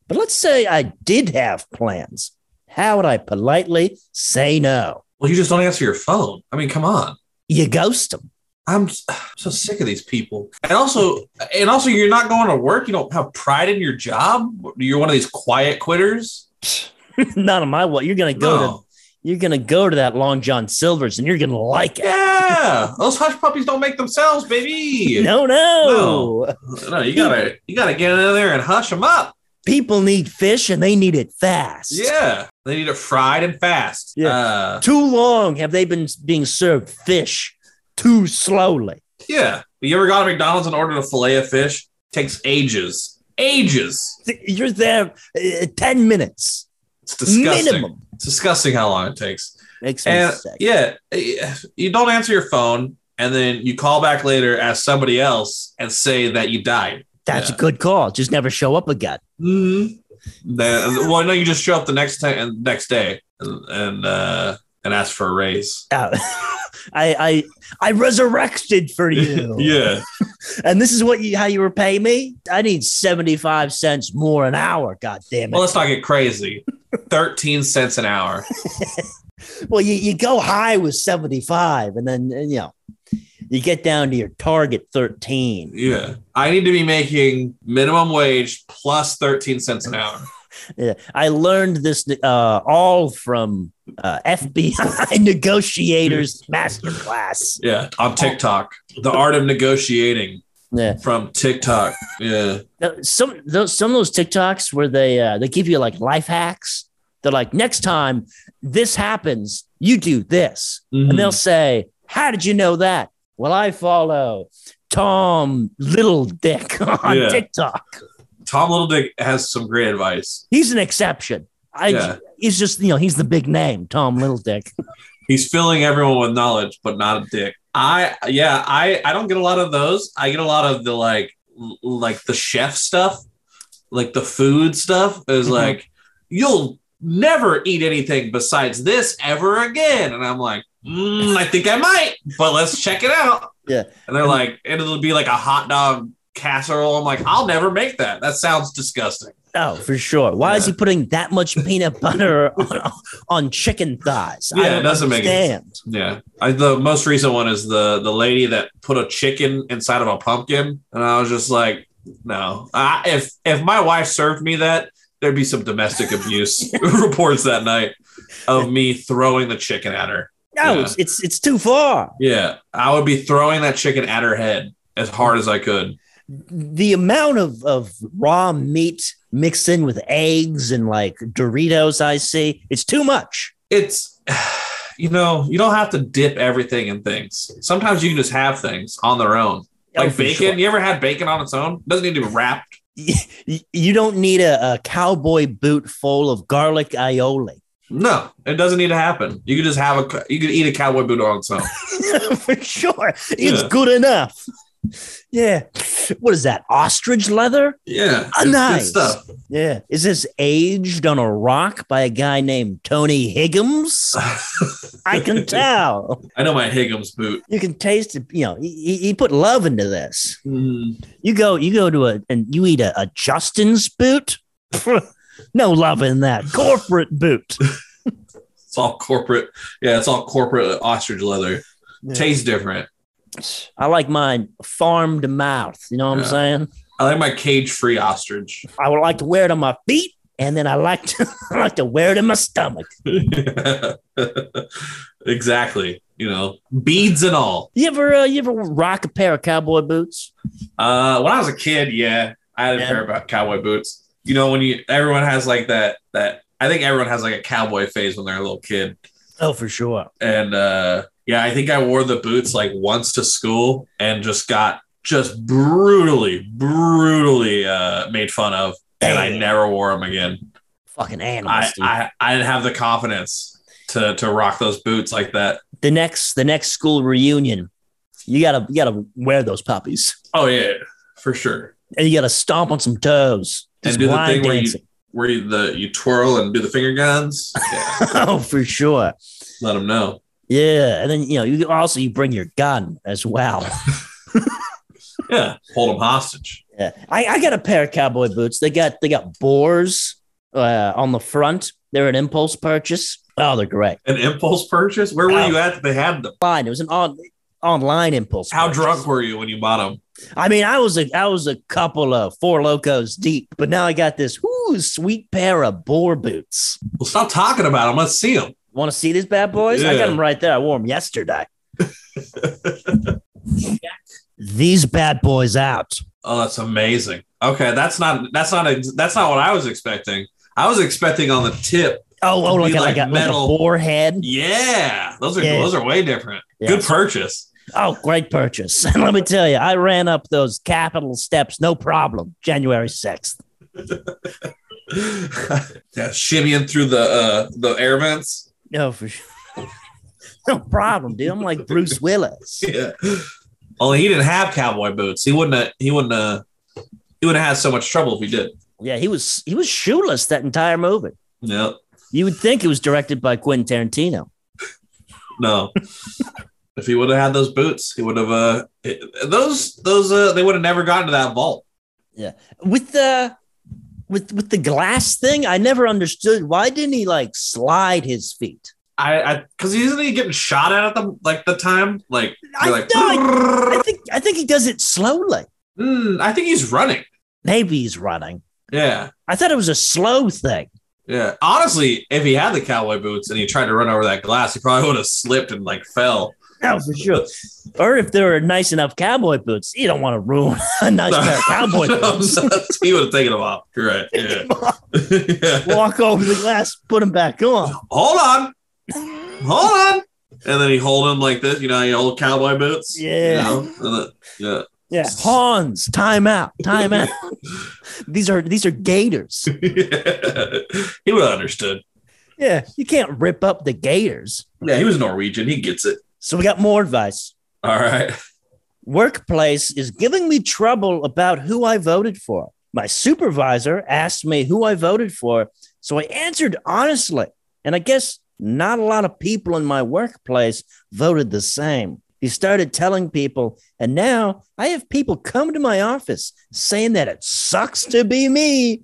Speaker 2: But let's say I did have plans. How would I politely say no?
Speaker 3: Well, you just don't answer your phone. I mean, come on.
Speaker 2: You ghost him.
Speaker 3: I'm s- so sick of these people. And also, and also, you're not going to work. You don't have pride in your job. You're one of these quiet quitters.
Speaker 2: not on my way. You're gonna go to
Speaker 3: No.
Speaker 2: you're gonna go to that Long John Silver's and you're gonna like it.
Speaker 3: Yeah. Those hush puppies don't make themselves, baby.
Speaker 2: No, no.
Speaker 3: No, you gotta you gotta get in there and hush them up.
Speaker 2: People need fish and they need it fast.
Speaker 3: Yeah, they need it fried and fast.
Speaker 2: Yeah.
Speaker 3: uh,
Speaker 2: Too long have they been being served fish too slowly.
Speaker 3: yeah. You ever gone to McDonald's and ordered a fillet of fish? Takes ages, ages.
Speaker 2: Th- You're there uh, 10 minutes
Speaker 3: It's disgusting.
Speaker 2: minimum.
Speaker 3: It's disgusting how long it takes.
Speaker 2: Makes me
Speaker 3: And
Speaker 2: sick.
Speaker 3: yeah, you don't answer your phone, and then you call back later as somebody else and say that you died.
Speaker 2: That's
Speaker 3: yeah.
Speaker 2: a good call. Just never show up again.
Speaker 3: Mm-hmm. Then, well, no, you just show up the next time and next day and and, uh, and ask for a raise.
Speaker 2: Oh. I, I I resurrected for you.
Speaker 3: Yeah.
Speaker 2: And this is what you how you repay me? I need 75 cents more an hour, god damn it.
Speaker 3: Well, let's not get crazy. 13 cents an hour.
Speaker 2: Well, you, you go high with 75 and then, you know, you get down to your target 13.
Speaker 3: Yeah. I need to be making minimum wage plus 13 cents an hour.
Speaker 2: Yeah. I learned this uh, all from uh, FBI negotiators masterclass.
Speaker 3: Yeah. On TikTok. The art of negotiating
Speaker 2: Yeah.
Speaker 3: from TikTok. Yeah.
Speaker 2: Now, Some, those, some of those TikToks where they, uh, they give you like life hacks. They're like, next time this happens, you do this. And they'll
Speaker 3: Hmm.
Speaker 2: say, How did you know that? Well, I follow Tom Little Dick on
Speaker 3: Yeah.
Speaker 2: TikTok.
Speaker 3: Tom Little Dick has some great advice.
Speaker 2: he's an exception. I
Speaker 3: Yeah.
Speaker 2: he's just you know he's the big name, Tom Little Dick.
Speaker 3: He's filling everyone with knowledge, but not a dick. I, yeah, I, I don't get a lot of those. I get a lot of the like, l- like the chef stuff, like the food stuff is
Speaker 2: Mhm.
Speaker 3: like, you'll never eat anything besides this ever again. And I'm like, mm, I think I might, but let's check it out.
Speaker 2: Yeah.
Speaker 3: And they're like, and it'll be like a hot dog casserole. I'm like, I'll never make that. That sounds disgusting.
Speaker 2: Oh, for sure. Why is
Speaker 3: Yeah.
Speaker 2: he putting that much peanut butter on, on chicken thighs?
Speaker 3: Yeah, it doesn't make any
Speaker 2: sense.
Speaker 3: Yeah. I, the most recent one is the the lady that put a chicken inside of a pumpkin, and I was just like, no. I, if if my wife served me that, there'd be some domestic abuse reports that night of me throwing the chicken at her.
Speaker 2: No,
Speaker 3: Yeah.
Speaker 2: it's, it's it's too far.
Speaker 3: Yeah, I would be throwing that chicken at her head as hard as I could.
Speaker 2: The amount of of raw meat mixed in with eggs and like Doritos, I see, it's too much.
Speaker 3: It's you know, you don't have to dip everything in things. Sometimes you can just have things on their own.
Speaker 2: Oh,
Speaker 3: Like
Speaker 2: for
Speaker 3: bacon.
Speaker 2: sure.
Speaker 3: You ever had bacon on its own? Doesn't need to be wrapped.
Speaker 2: You- You don't need a, a cowboy boot full of garlic aioli.
Speaker 3: No, it doesn't need to happen. You could just have a you could eat a cowboy boot on its own.
Speaker 2: for sure. It's
Speaker 3: Yeah.
Speaker 2: good enough. Yeah. What is that? Ostrich leather?
Speaker 3: Yeah.
Speaker 2: Ah,
Speaker 3: it's
Speaker 2: nice.
Speaker 3: Good stuff.
Speaker 2: Yeah. Is this aged on a rock by a guy named Tony Higgins? I can tell.
Speaker 3: I know my Higgins boot.
Speaker 2: You can taste it. You know, he, he put love into this.
Speaker 3: Mm,
Speaker 2: You go, you go to a and you eat a, a Justin's boot. no love in that corporate boot.
Speaker 3: It's all corporate. Yeah, it's all corporate ostrich leather.
Speaker 2: Yeah.
Speaker 3: Tastes different.
Speaker 2: I like mine farm to mouth. You know what
Speaker 3: Yeah.
Speaker 2: I'm saying?
Speaker 3: I like my cage free ostrich.
Speaker 2: I would like to wear it on my feet, and then I like to I like to wear it in my stomach.
Speaker 3: exactly. You know, beads and all.
Speaker 2: You ever uh, you ever rock a pair of cowboy boots?
Speaker 3: Uh, when I was a kid, yeah, I had a
Speaker 2: Yeah.
Speaker 3: pair of uh, cowboy boots. You know, when you everyone has like that that I think everyone has like a cowboy phase when they're a little kid.
Speaker 2: Oh, for sure.
Speaker 3: And uh, yeah, I think I wore the boots like once to school and just got just brutally, brutally uh, made fun of, and I
Speaker 2: Damn.
Speaker 3: never wore them again.
Speaker 2: Fucking
Speaker 3: I,
Speaker 2: animals. dude.
Speaker 3: I I didn't have the confidence to to rock those boots like that.
Speaker 2: the next the next school reunion, you gotta you gotta wear those puppies,
Speaker 3: Oh yeah, for sure.
Speaker 2: and you gotta stomp on some toes.
Speaker 3: And
Speaker 2: Just
Speaker 3: do the
Speaker 2: blind
Speaker 3: thing where you-
Speaker 2: dancing.
Speaker 3: Where you, the you twirl and do the finger guns. Yeah,
Speaker 2: oh, for sure.
Speaker 3: let them know.
Speaker 2: Yeah, and then you know you also you bring your gun as well.
Speaker 3: Yeah, hold them hostage.
Speaker 2: Yeah, I, I got a pair of cowboy boots. They got they got boars uh, on the front. They're an impulse purchase. Oh, they're great.
Speaker 3: An impulse purchase. Where were
Speaker 2: Wow.
Speaker 3: you at? that They had them.
Speaker 2: Fine. It was an on online impulse.
Speaker 3: How
Speaker 2: purchase.
Speaker 3: drunk were you when you bought them?
Speaker 2: I mean, I was a I was a couple of four locos deep, but now I got this ooh sweet pair of boar boots.
Speaker 3: Well, stop talking about them. Let's see them.
Speaker 2: Want to see these bad boys? I
Speaker 3: Yeah.
Speaker 2: got them right there. I wore them yesterday. these bad boys out.
Speaker 3: Oh, that's amazing. Okay, that's not that's not ex- that's not what I was expecting. I was expecting on the tip.
Speaker 2: Oh, oh,
Speaker 3: Be
Speaker 2: like,
Speaker 3: like
Speaker 2: like, a, like a
Speaker 3: metal.
Speaker 2: boar head.
Speaker 3: Yeah, those are
Speaker 2: Yeah.
Speaker 3: those are way different.
Speaker 2: Yeah.
Speaker 3: Good purchase.
Speaker 2: Oh, great purchase. And let me tell you, I ran up those capital steps, no problem, January 6th.
Speaker 3: yeah, shimmying through the uh the air vents.
Speaker 2: No, for sure. no problem, dude. I'm like Bruce Willis.
Speaker 3: Yeah. Only he didn't have cowboy boots. He wouldn't have, he wouldn't have, he wouldn't have had so much trouble if he did.
Speaker 2: Yeah, he was he was shoeless that entire movie.
Speaker 3: Yeah.
Speaker 2: You would think it was directed by Quentin Tarantino.
Speaker 3: No. if he would have had those boots, he would have uh it- those those uh they would have never gotten to that vault.
Speaker 2: With the with with the glass thing, I never understood why didn't he like slide his feet?
Speaker 3: I, I, because isn't he getting shot at at the like the time? Like
Speaker 2: I,
Speaker 3: you're like,
Speaker 2: no, I,
Speaker 3: "Brrrr."
Speaker 2: I think I think he does it slowly.
Speaker 3: Mm, I think he's running.
Speaker 2: Maybe he's running.
Speaker 3: Yeah,
Speaker 2: I thought it was a slow thing.
Speaker 3: yeah. Honestly, if he had the cowboy boots and he tried to run over that glass, he probably would have slipped and like fell.
Speaker 2: No, for sure. Or if there are nice enough cowboy boots, you don't want to ruin a nice pair of cowboy
Speaker 3: No,
Speaker 2: boots.
Speaker 3: he would have taken them off. You're right. Yeah. Yeah.
Speaker 2: Walk over the glass, put them back on.
Speaker 3: Hold on,
Speaker 1: Uh.
Speaker 3: hold on. And then he hold him like this. You know, you hold cowboy boots. you
Speaker 2: Yeah.
Speaker 3: know? And then- yeah.
Speaker 2: Yeah, Hans, time out, time out. these are these are gators.
Speaker 3: he would have understood.
Speaker 2: Yeah, you can't rip up the gators.
Speaker 3: Yeah, he was Norwegian. He gets it.
Speaker 2: So we got more advice.
Speaker 3: All right.
Speaker 2: Workplace is giving me trouble about who I voted for. My supervisor asked me who I voted for, so I answered honestly. And I guess not a lot of people in my workplace voted the same. He started telling people, and now I have people come to my office saying that it sucks to be me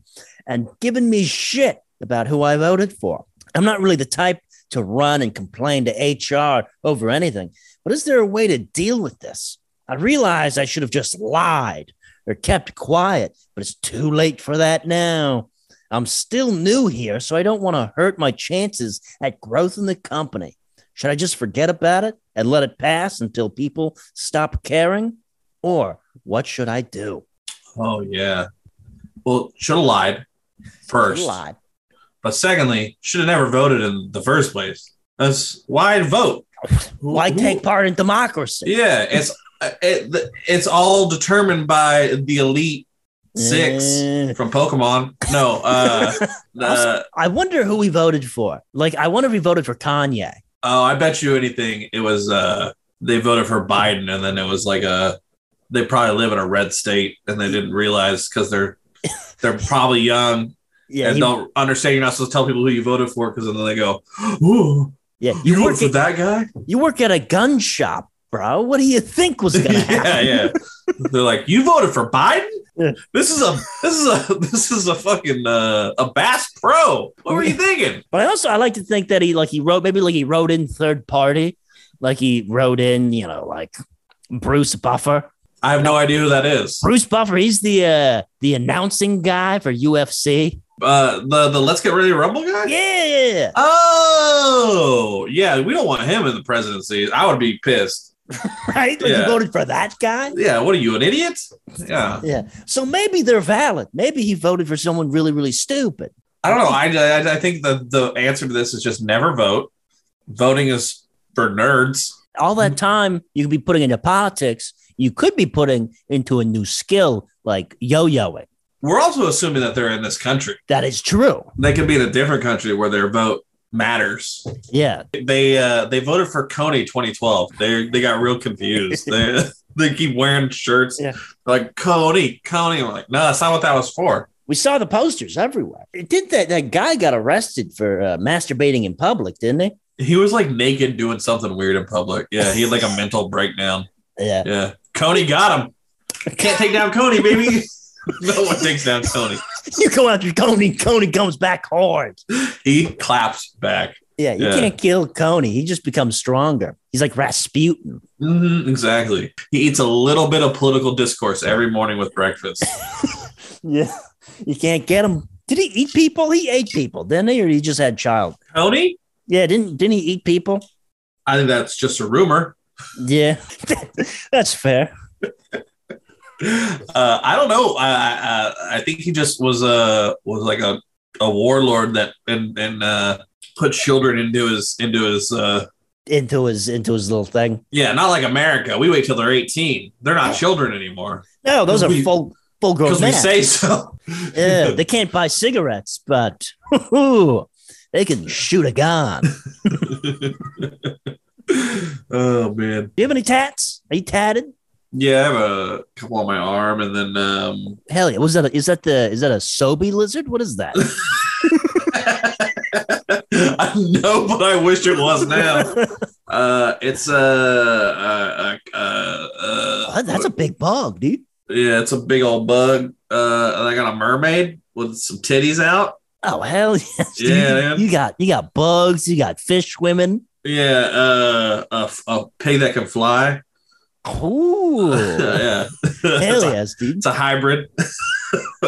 Speaker 2: and giving me shit about who I voted for. I'm not really the type to run and complain to HR over anything, but is there a way to deal with this? I realized I should have just lied or kept quiet, but it's too late for that now. I'm still new here, so I don't want to hurt my chances at growth in the company. Should I just forget about it and let it pass until people stop caring? Or what should I do?
Speaker 3: Oh yeah. Well, should have lied first,
Speaker 2: Lie.
Speaker 3: but secondly, should have never voted in the first place. That's why I'd vote.
Speaker 2: Why
Speaker 3: Who-
Speaker 2: take part in democracy?
Speaker 3: Yeah, it's it, it's all determined by the elite six
Speaker 2: Eh.
Speaker 3: from Pokemon. No, uh, uh,
Speaker 2: I wonder who he voted for. Like, I wonder if he voted for Kanye.
Speaker 3: oh, I bet you anything. It was uh, they voted for Biden, and then it was like a they probably live in a red state, and they didn't realize because they're they're probably young
Speaker 2: Yeah,
Speaker 3: and
Speaker 2: he-
Speaker 3: don't understand. You're not supposed to tell people who you voted for because then they go, "Ooh,
Speaker 2: yeah.
Speaker 3: you,
Speaker 2: You
Speaker 3: voted
Speaker 2: work,
Speaker 3: for
Speaker 2: at,
Speaker 3: that guy."
Speaker 2: you work at a gun shop, bro. What do you think was going to happen?
Speaker 3: yeah, yeah. They're like, you voted for Biden.
Speaker 2: Yeah.
Speaker 3: This is a this is a this is a fucking uh, a Bass Pro. What were you thinking?
Speaker 2: But I also I like to think that he like he wrote maybe like he wrote in third party, like he wrote in you know like Bruce Buffer.
Speaker 3: I have no idea who that is.
Speaker 2: Bruce Buffer, he's the uh, the announcing guy for UFC.
Speaker 3: Uh, the the Let's Get Ready to Rumble guy.
Speaker 2: Yeah.
Speaker 3: Oh, yeah. We don't want him in the presidency. I would be pissed.
Speaker 2: Right? Like
Speaker 3: Yeah.
Speaker 2: you voted for that guy?
Speaker 3: Yeah. What are you, an idiot? Yeah.
Speaker 2: Yeah. So maybe they're valid. Maybe he voted for someone really, really stupid.
Speaker 3: I don't know. I I, I think the the answer to this is just never vote. Voting is for nerds.
Speaker 2: All that
Speaker 3: Mm-hmm.
Speaker 2: time you could be putting into politics, you could be putting into a new skill like yo yoing.
Speaker 3: We're also assuming that they're in this country.
Speaker 2: That is true.
Speaker 3: They could be in a different country where their vote matters.
Speaker 2: Yeah.
Speaker 3: They uh, they voted for Coney 2012. They they got real confused. they they keep wearing shirts
Speaker 2: Yeah.
Speaker 3: like Coney, Coney. We're like, no, that's not what that was for.
Speaker 2: We saw the posters everywhere. Did that that guy got arrested for uh, masturbating in public, didn't he?
Speaker 3: He was like naked doing something weird in public. Yeah, he had like a mental breakdown.
Speaker 2: Yeah.
Speaker 3: Yeah, Coney got him. Can't take down Coney, baby. no one takes down Coney.
Speaker 2: you go after Coney, Coney comes back hard.
Speaker 3: He claps back.
Speaker 2: Yeah, you
Speaker 3: Yeah.
Speaker 2: can't kill Coney. He just becomes stronger. He's like Rasputin.
Speaker 3: hmm exactly. He eats a little bit of political discourse every morning with breakfast.
Speaker 2: Yeah. You can't get him. Did he eat people? He ate people, didn't he? Or he just had child?
Speaker 3: Coney?
Speaker 2: Yeah, didn't didn't he eat people?
Speaker 3: I think that's just a rumor.
Speaker 2: Yeah. That's fair.
Speaker 3: Uh, I don't know. I, I- I I think he just was a was like a, a warlord that and and uh, put children into his into his uh,
Speaker 2: Into his into his little thing.
Speaker 3: yeah. Not like America. We wait till they're eighteen. They're not children anymore
Speaker 2: No, those are
Speaker 3: We-
Speaker 2: full full grown
Speaker 3: because
Speaker 2: men.
Speaker 3: we say so.
Speaker 2: yeah, they can't buy cigarettes, but they can shoot a gun. Do
Speaker 3: oh man.
Speaker 2: you have any tats? Are you tatted?
Speaker 3: Yeah, I have a couple on my arm, and then um,
Speaker 2: Hell yeah! Was that a, is that the is that a Sobe lizard? What is that?
Speaker 3: I know, but I wish it was now. Uh, it's a, uh uh uh uh
Speaker 2: Oh, that's a big bug, dude.
Speaker 3: yeah, it's a big old bug. Uh, and I got a mermaid with some titties out.
Speaker 2: Oh hell yes! dude.
Speaker 3: Yeah,
Speaker 2: You-
Speaker 3: man.
Speaker 2: you got you got bugs, you got fish swimming.
Speaker 3: Yeah, uh, a, a pig that can fly.
Speaker 2: Cool. hell
Speaker 3: yeah, it's, a,
Speaker 2: yes, dude!
Speaker 3: it's a hybrid.
Speaker 2: You
Speaker 3: I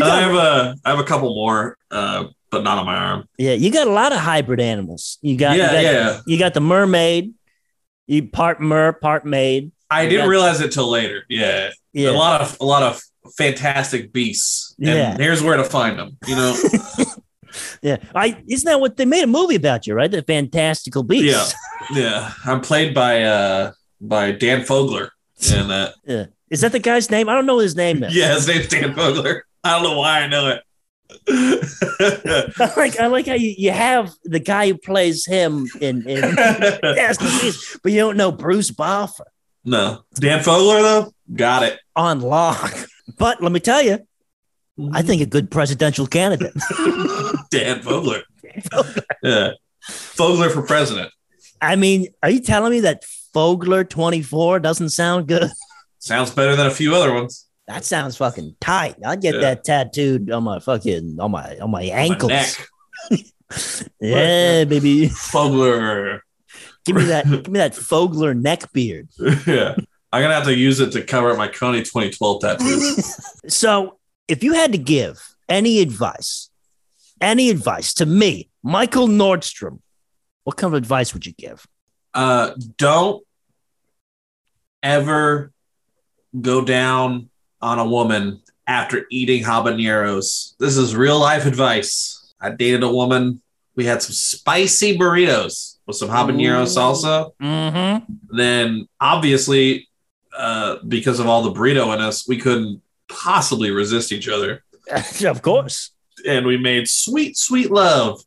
Speaker 2: got,
Speaker 3: have a I have a couple more, uh, but not on my arm.
Speaker 2: yeah, you got a lot of hybrid animals. You got
Speaker 3: yeah,
Speaker 2: you got,
Speaker 3: yeah.
Speaker 2: You got the mermaid. You part mer, part maid.
Speaker 3: I
Speaker 2: You
Speaker 3: didn't
Speaker 2: got-
Speaker 3: realize it till later. Yeah.
Speaker 2: Yeah,
Speaker 3: a lot of a lot of fantastic beasts.
Speaker 2: Yeah.
Speaker 3: And here's where to find them. You know,
Speaker 2: yeah. I isn't that what they made a movie about you, right? The Fantastical Beasts.
Speaker 3: yeah. I'm played by uh by Dan Fogler. And uh
Speaker 2: Yeah. Is that the guy's name? I don't know his name. Now.
Speaker 3: yeah, his name's Dan Fogler. I don't know why I know it.
Speaker 2: I like I like how you, you have the guy who plays him in in Fantastic Beasts, but you don't know Bruce Buffer.
Speaker 3: no. Dan Fogler though? Got it.
Speaker 2: on lock. But let me tell you, I think a good presidential candidate.
Speaker 3: Dan Fogler. yeah. Fogler for president.
Speaker 2: I mean, are you telling me that Fogler 24 doesn't sound good?
Speaker 3: Sounds better than a few other ones.
Speaker 2: That sounds fucking tight. I'd get
Speaker 3: Yeah.
Speaker 2: that tattooed on my fucking on my on my
Speaker 3: My
Speaker 2: ankles.
Speaker 3: neck.
Speaker 2: yeah, baby.
Speaker 3: Fogler.
Speaker 2: Give me that give me that Fogler neck beard.
Speaker 3: yeah. I'm gonna have to use it to cover up my Coney 2012 tattoos.
Speaker 2: So if you had to give any advice, any advice to me, Michael Nordstrom, what kind of advice would you give?
Speaker 3: uh, don't ever go down on a woman after eating habaneros. This is real life advice. I dated a woman. We had some spicy burritos with some habanero
Speaker 2: Ooh.
Speaker 3: salsa.
Speaker 2: Mm-hmm.
Speaker 3: Then, obviously, uh, because of all the burrito in us, we couldn't possibly resist each other.
Speaker 2: of course.
Speaker 3: And we made sweet, sweet love.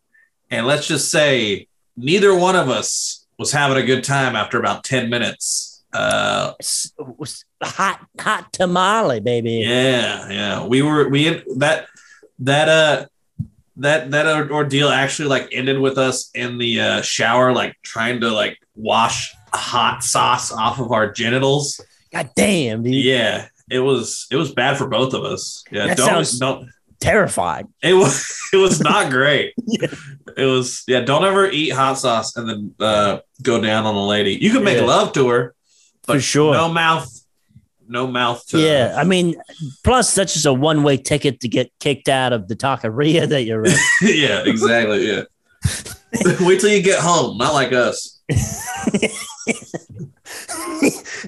Speaker 3: And let's just say, neither one of us was having a good time after about 10 minutes. Uh,
Speaker 2: s- was hot hot tamale, baby.
Speaker 3: Yeah, yeah. We were we had, that that uh that that or- ordeal actually like ended with us in the uh, shower, like trying to like wash hot sauce off of our genitals.
Speaker 2: God damn, dude.
Speaker 3: Yeah, it was it was bad for both of us. Yeah,
Speaker 2: That
Speaker 3: don't
Speaker 2: sounds-
Speaker 3: don't.
Speaker 2: Terrified.
Speaker 3: It was it was not great. It was yeah. Don't ever eat hot sauce and then uh, go down on a lady. You can make
Speaker 2: Yeah.
Speaker 3: love to her,
Speaker 2: For
Speaker 3: but
Speaker 2: sure.
Speaker 3: no mouth, no mouth to
Speaker 2: Yeah, I mean, plus that's just a one-way ticket to get kicked out of the taqueria that you're in.
Speaker 3: yeah, exactly. Yeah. Wait till you get home. Not like us.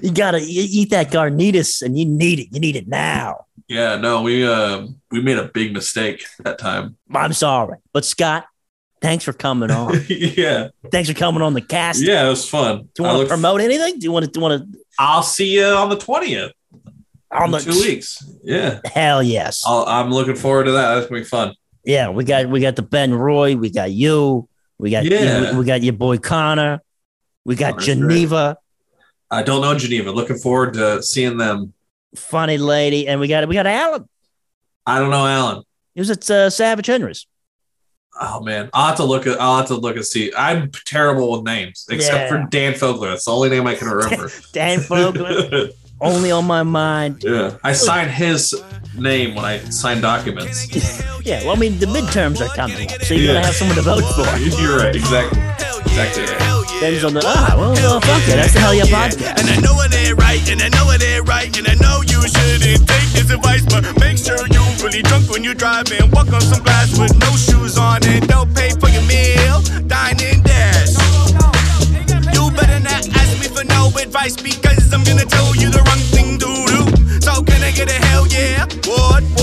Speaker 2: you gotta e- eat that garnitas, and you need it. You need it now.
Speaker 3: Yeah. No, we uh, we made a big mistake that time.
Speaker 2: I'm sorry, but Scott, thanks for coming on.
Speaker 3: yeah.
Speaker 2: thanks for coming on the cast.
Speaker 3: Yeah, it was fun.
Speaker 2: Do you
Speaker 3: I
Speaker 2: want to
Speaker 3: look-
Speaker 2: promote anything? Do you want to? Do you want to?
Speaker 3: I'll see you on the twentieth.
Speaker 2: On
Speaker 3: in
Speaker 2: the
Speaker 3: two weeks. Yeah.
Speaker 2: hell yes.
Speaker 3: I'll, I'm looking forward to that. That's gonna be fun.
Speaker 2: Yeah, we got we got the Ben Roy, we got you, we got
Speaker 3: Yeah.
Speaker 2: we, we got your boy Connor, we got
Speaker 3: Connor's
Speaker 2: Geneva,
Speaker 3: I don't know Geneva. Looking forward to seeing them.
Speaker 2: funny lady, and we got we got Alan.
Speaker 3: I don't know Alan.
Speaker 2: He was at uh, Savage Henry's.
Speaker 3: Oh man, I'll have to look at. I'll have to look and see. I'm terrible with names, except
Speaker 2: Yeah.
Speaker 3: for Dan Fogler. That's the only name I can remember.
Speaker 2: Dan Fogler, only on my mind.
Speaker 3: yeah, I signed his name when I signed documents.
Speaker 2: Yeah, well, I mean the midterms are coming up, so you gotta
Speaker 3: Yeah.
Speaker 2: have someone to vote for.
Speaker 3: You're right, exactly. Exactly.
Speaker 2: Ben's on the ah, well, well, fuck it, that's the hell yeah podcast.
Speaker 1: And I know it ain't right, and I know it ain't right, and I know you shouldn't take this advice, but make sure you really drunk when you drive and walk on some glass with no shoes on and don't pay for your meal, dine and dash. You better not ask me for no advice because I'm gonna tell you the wrong thing to do. So can I get a hell yeah? What, Uh, what?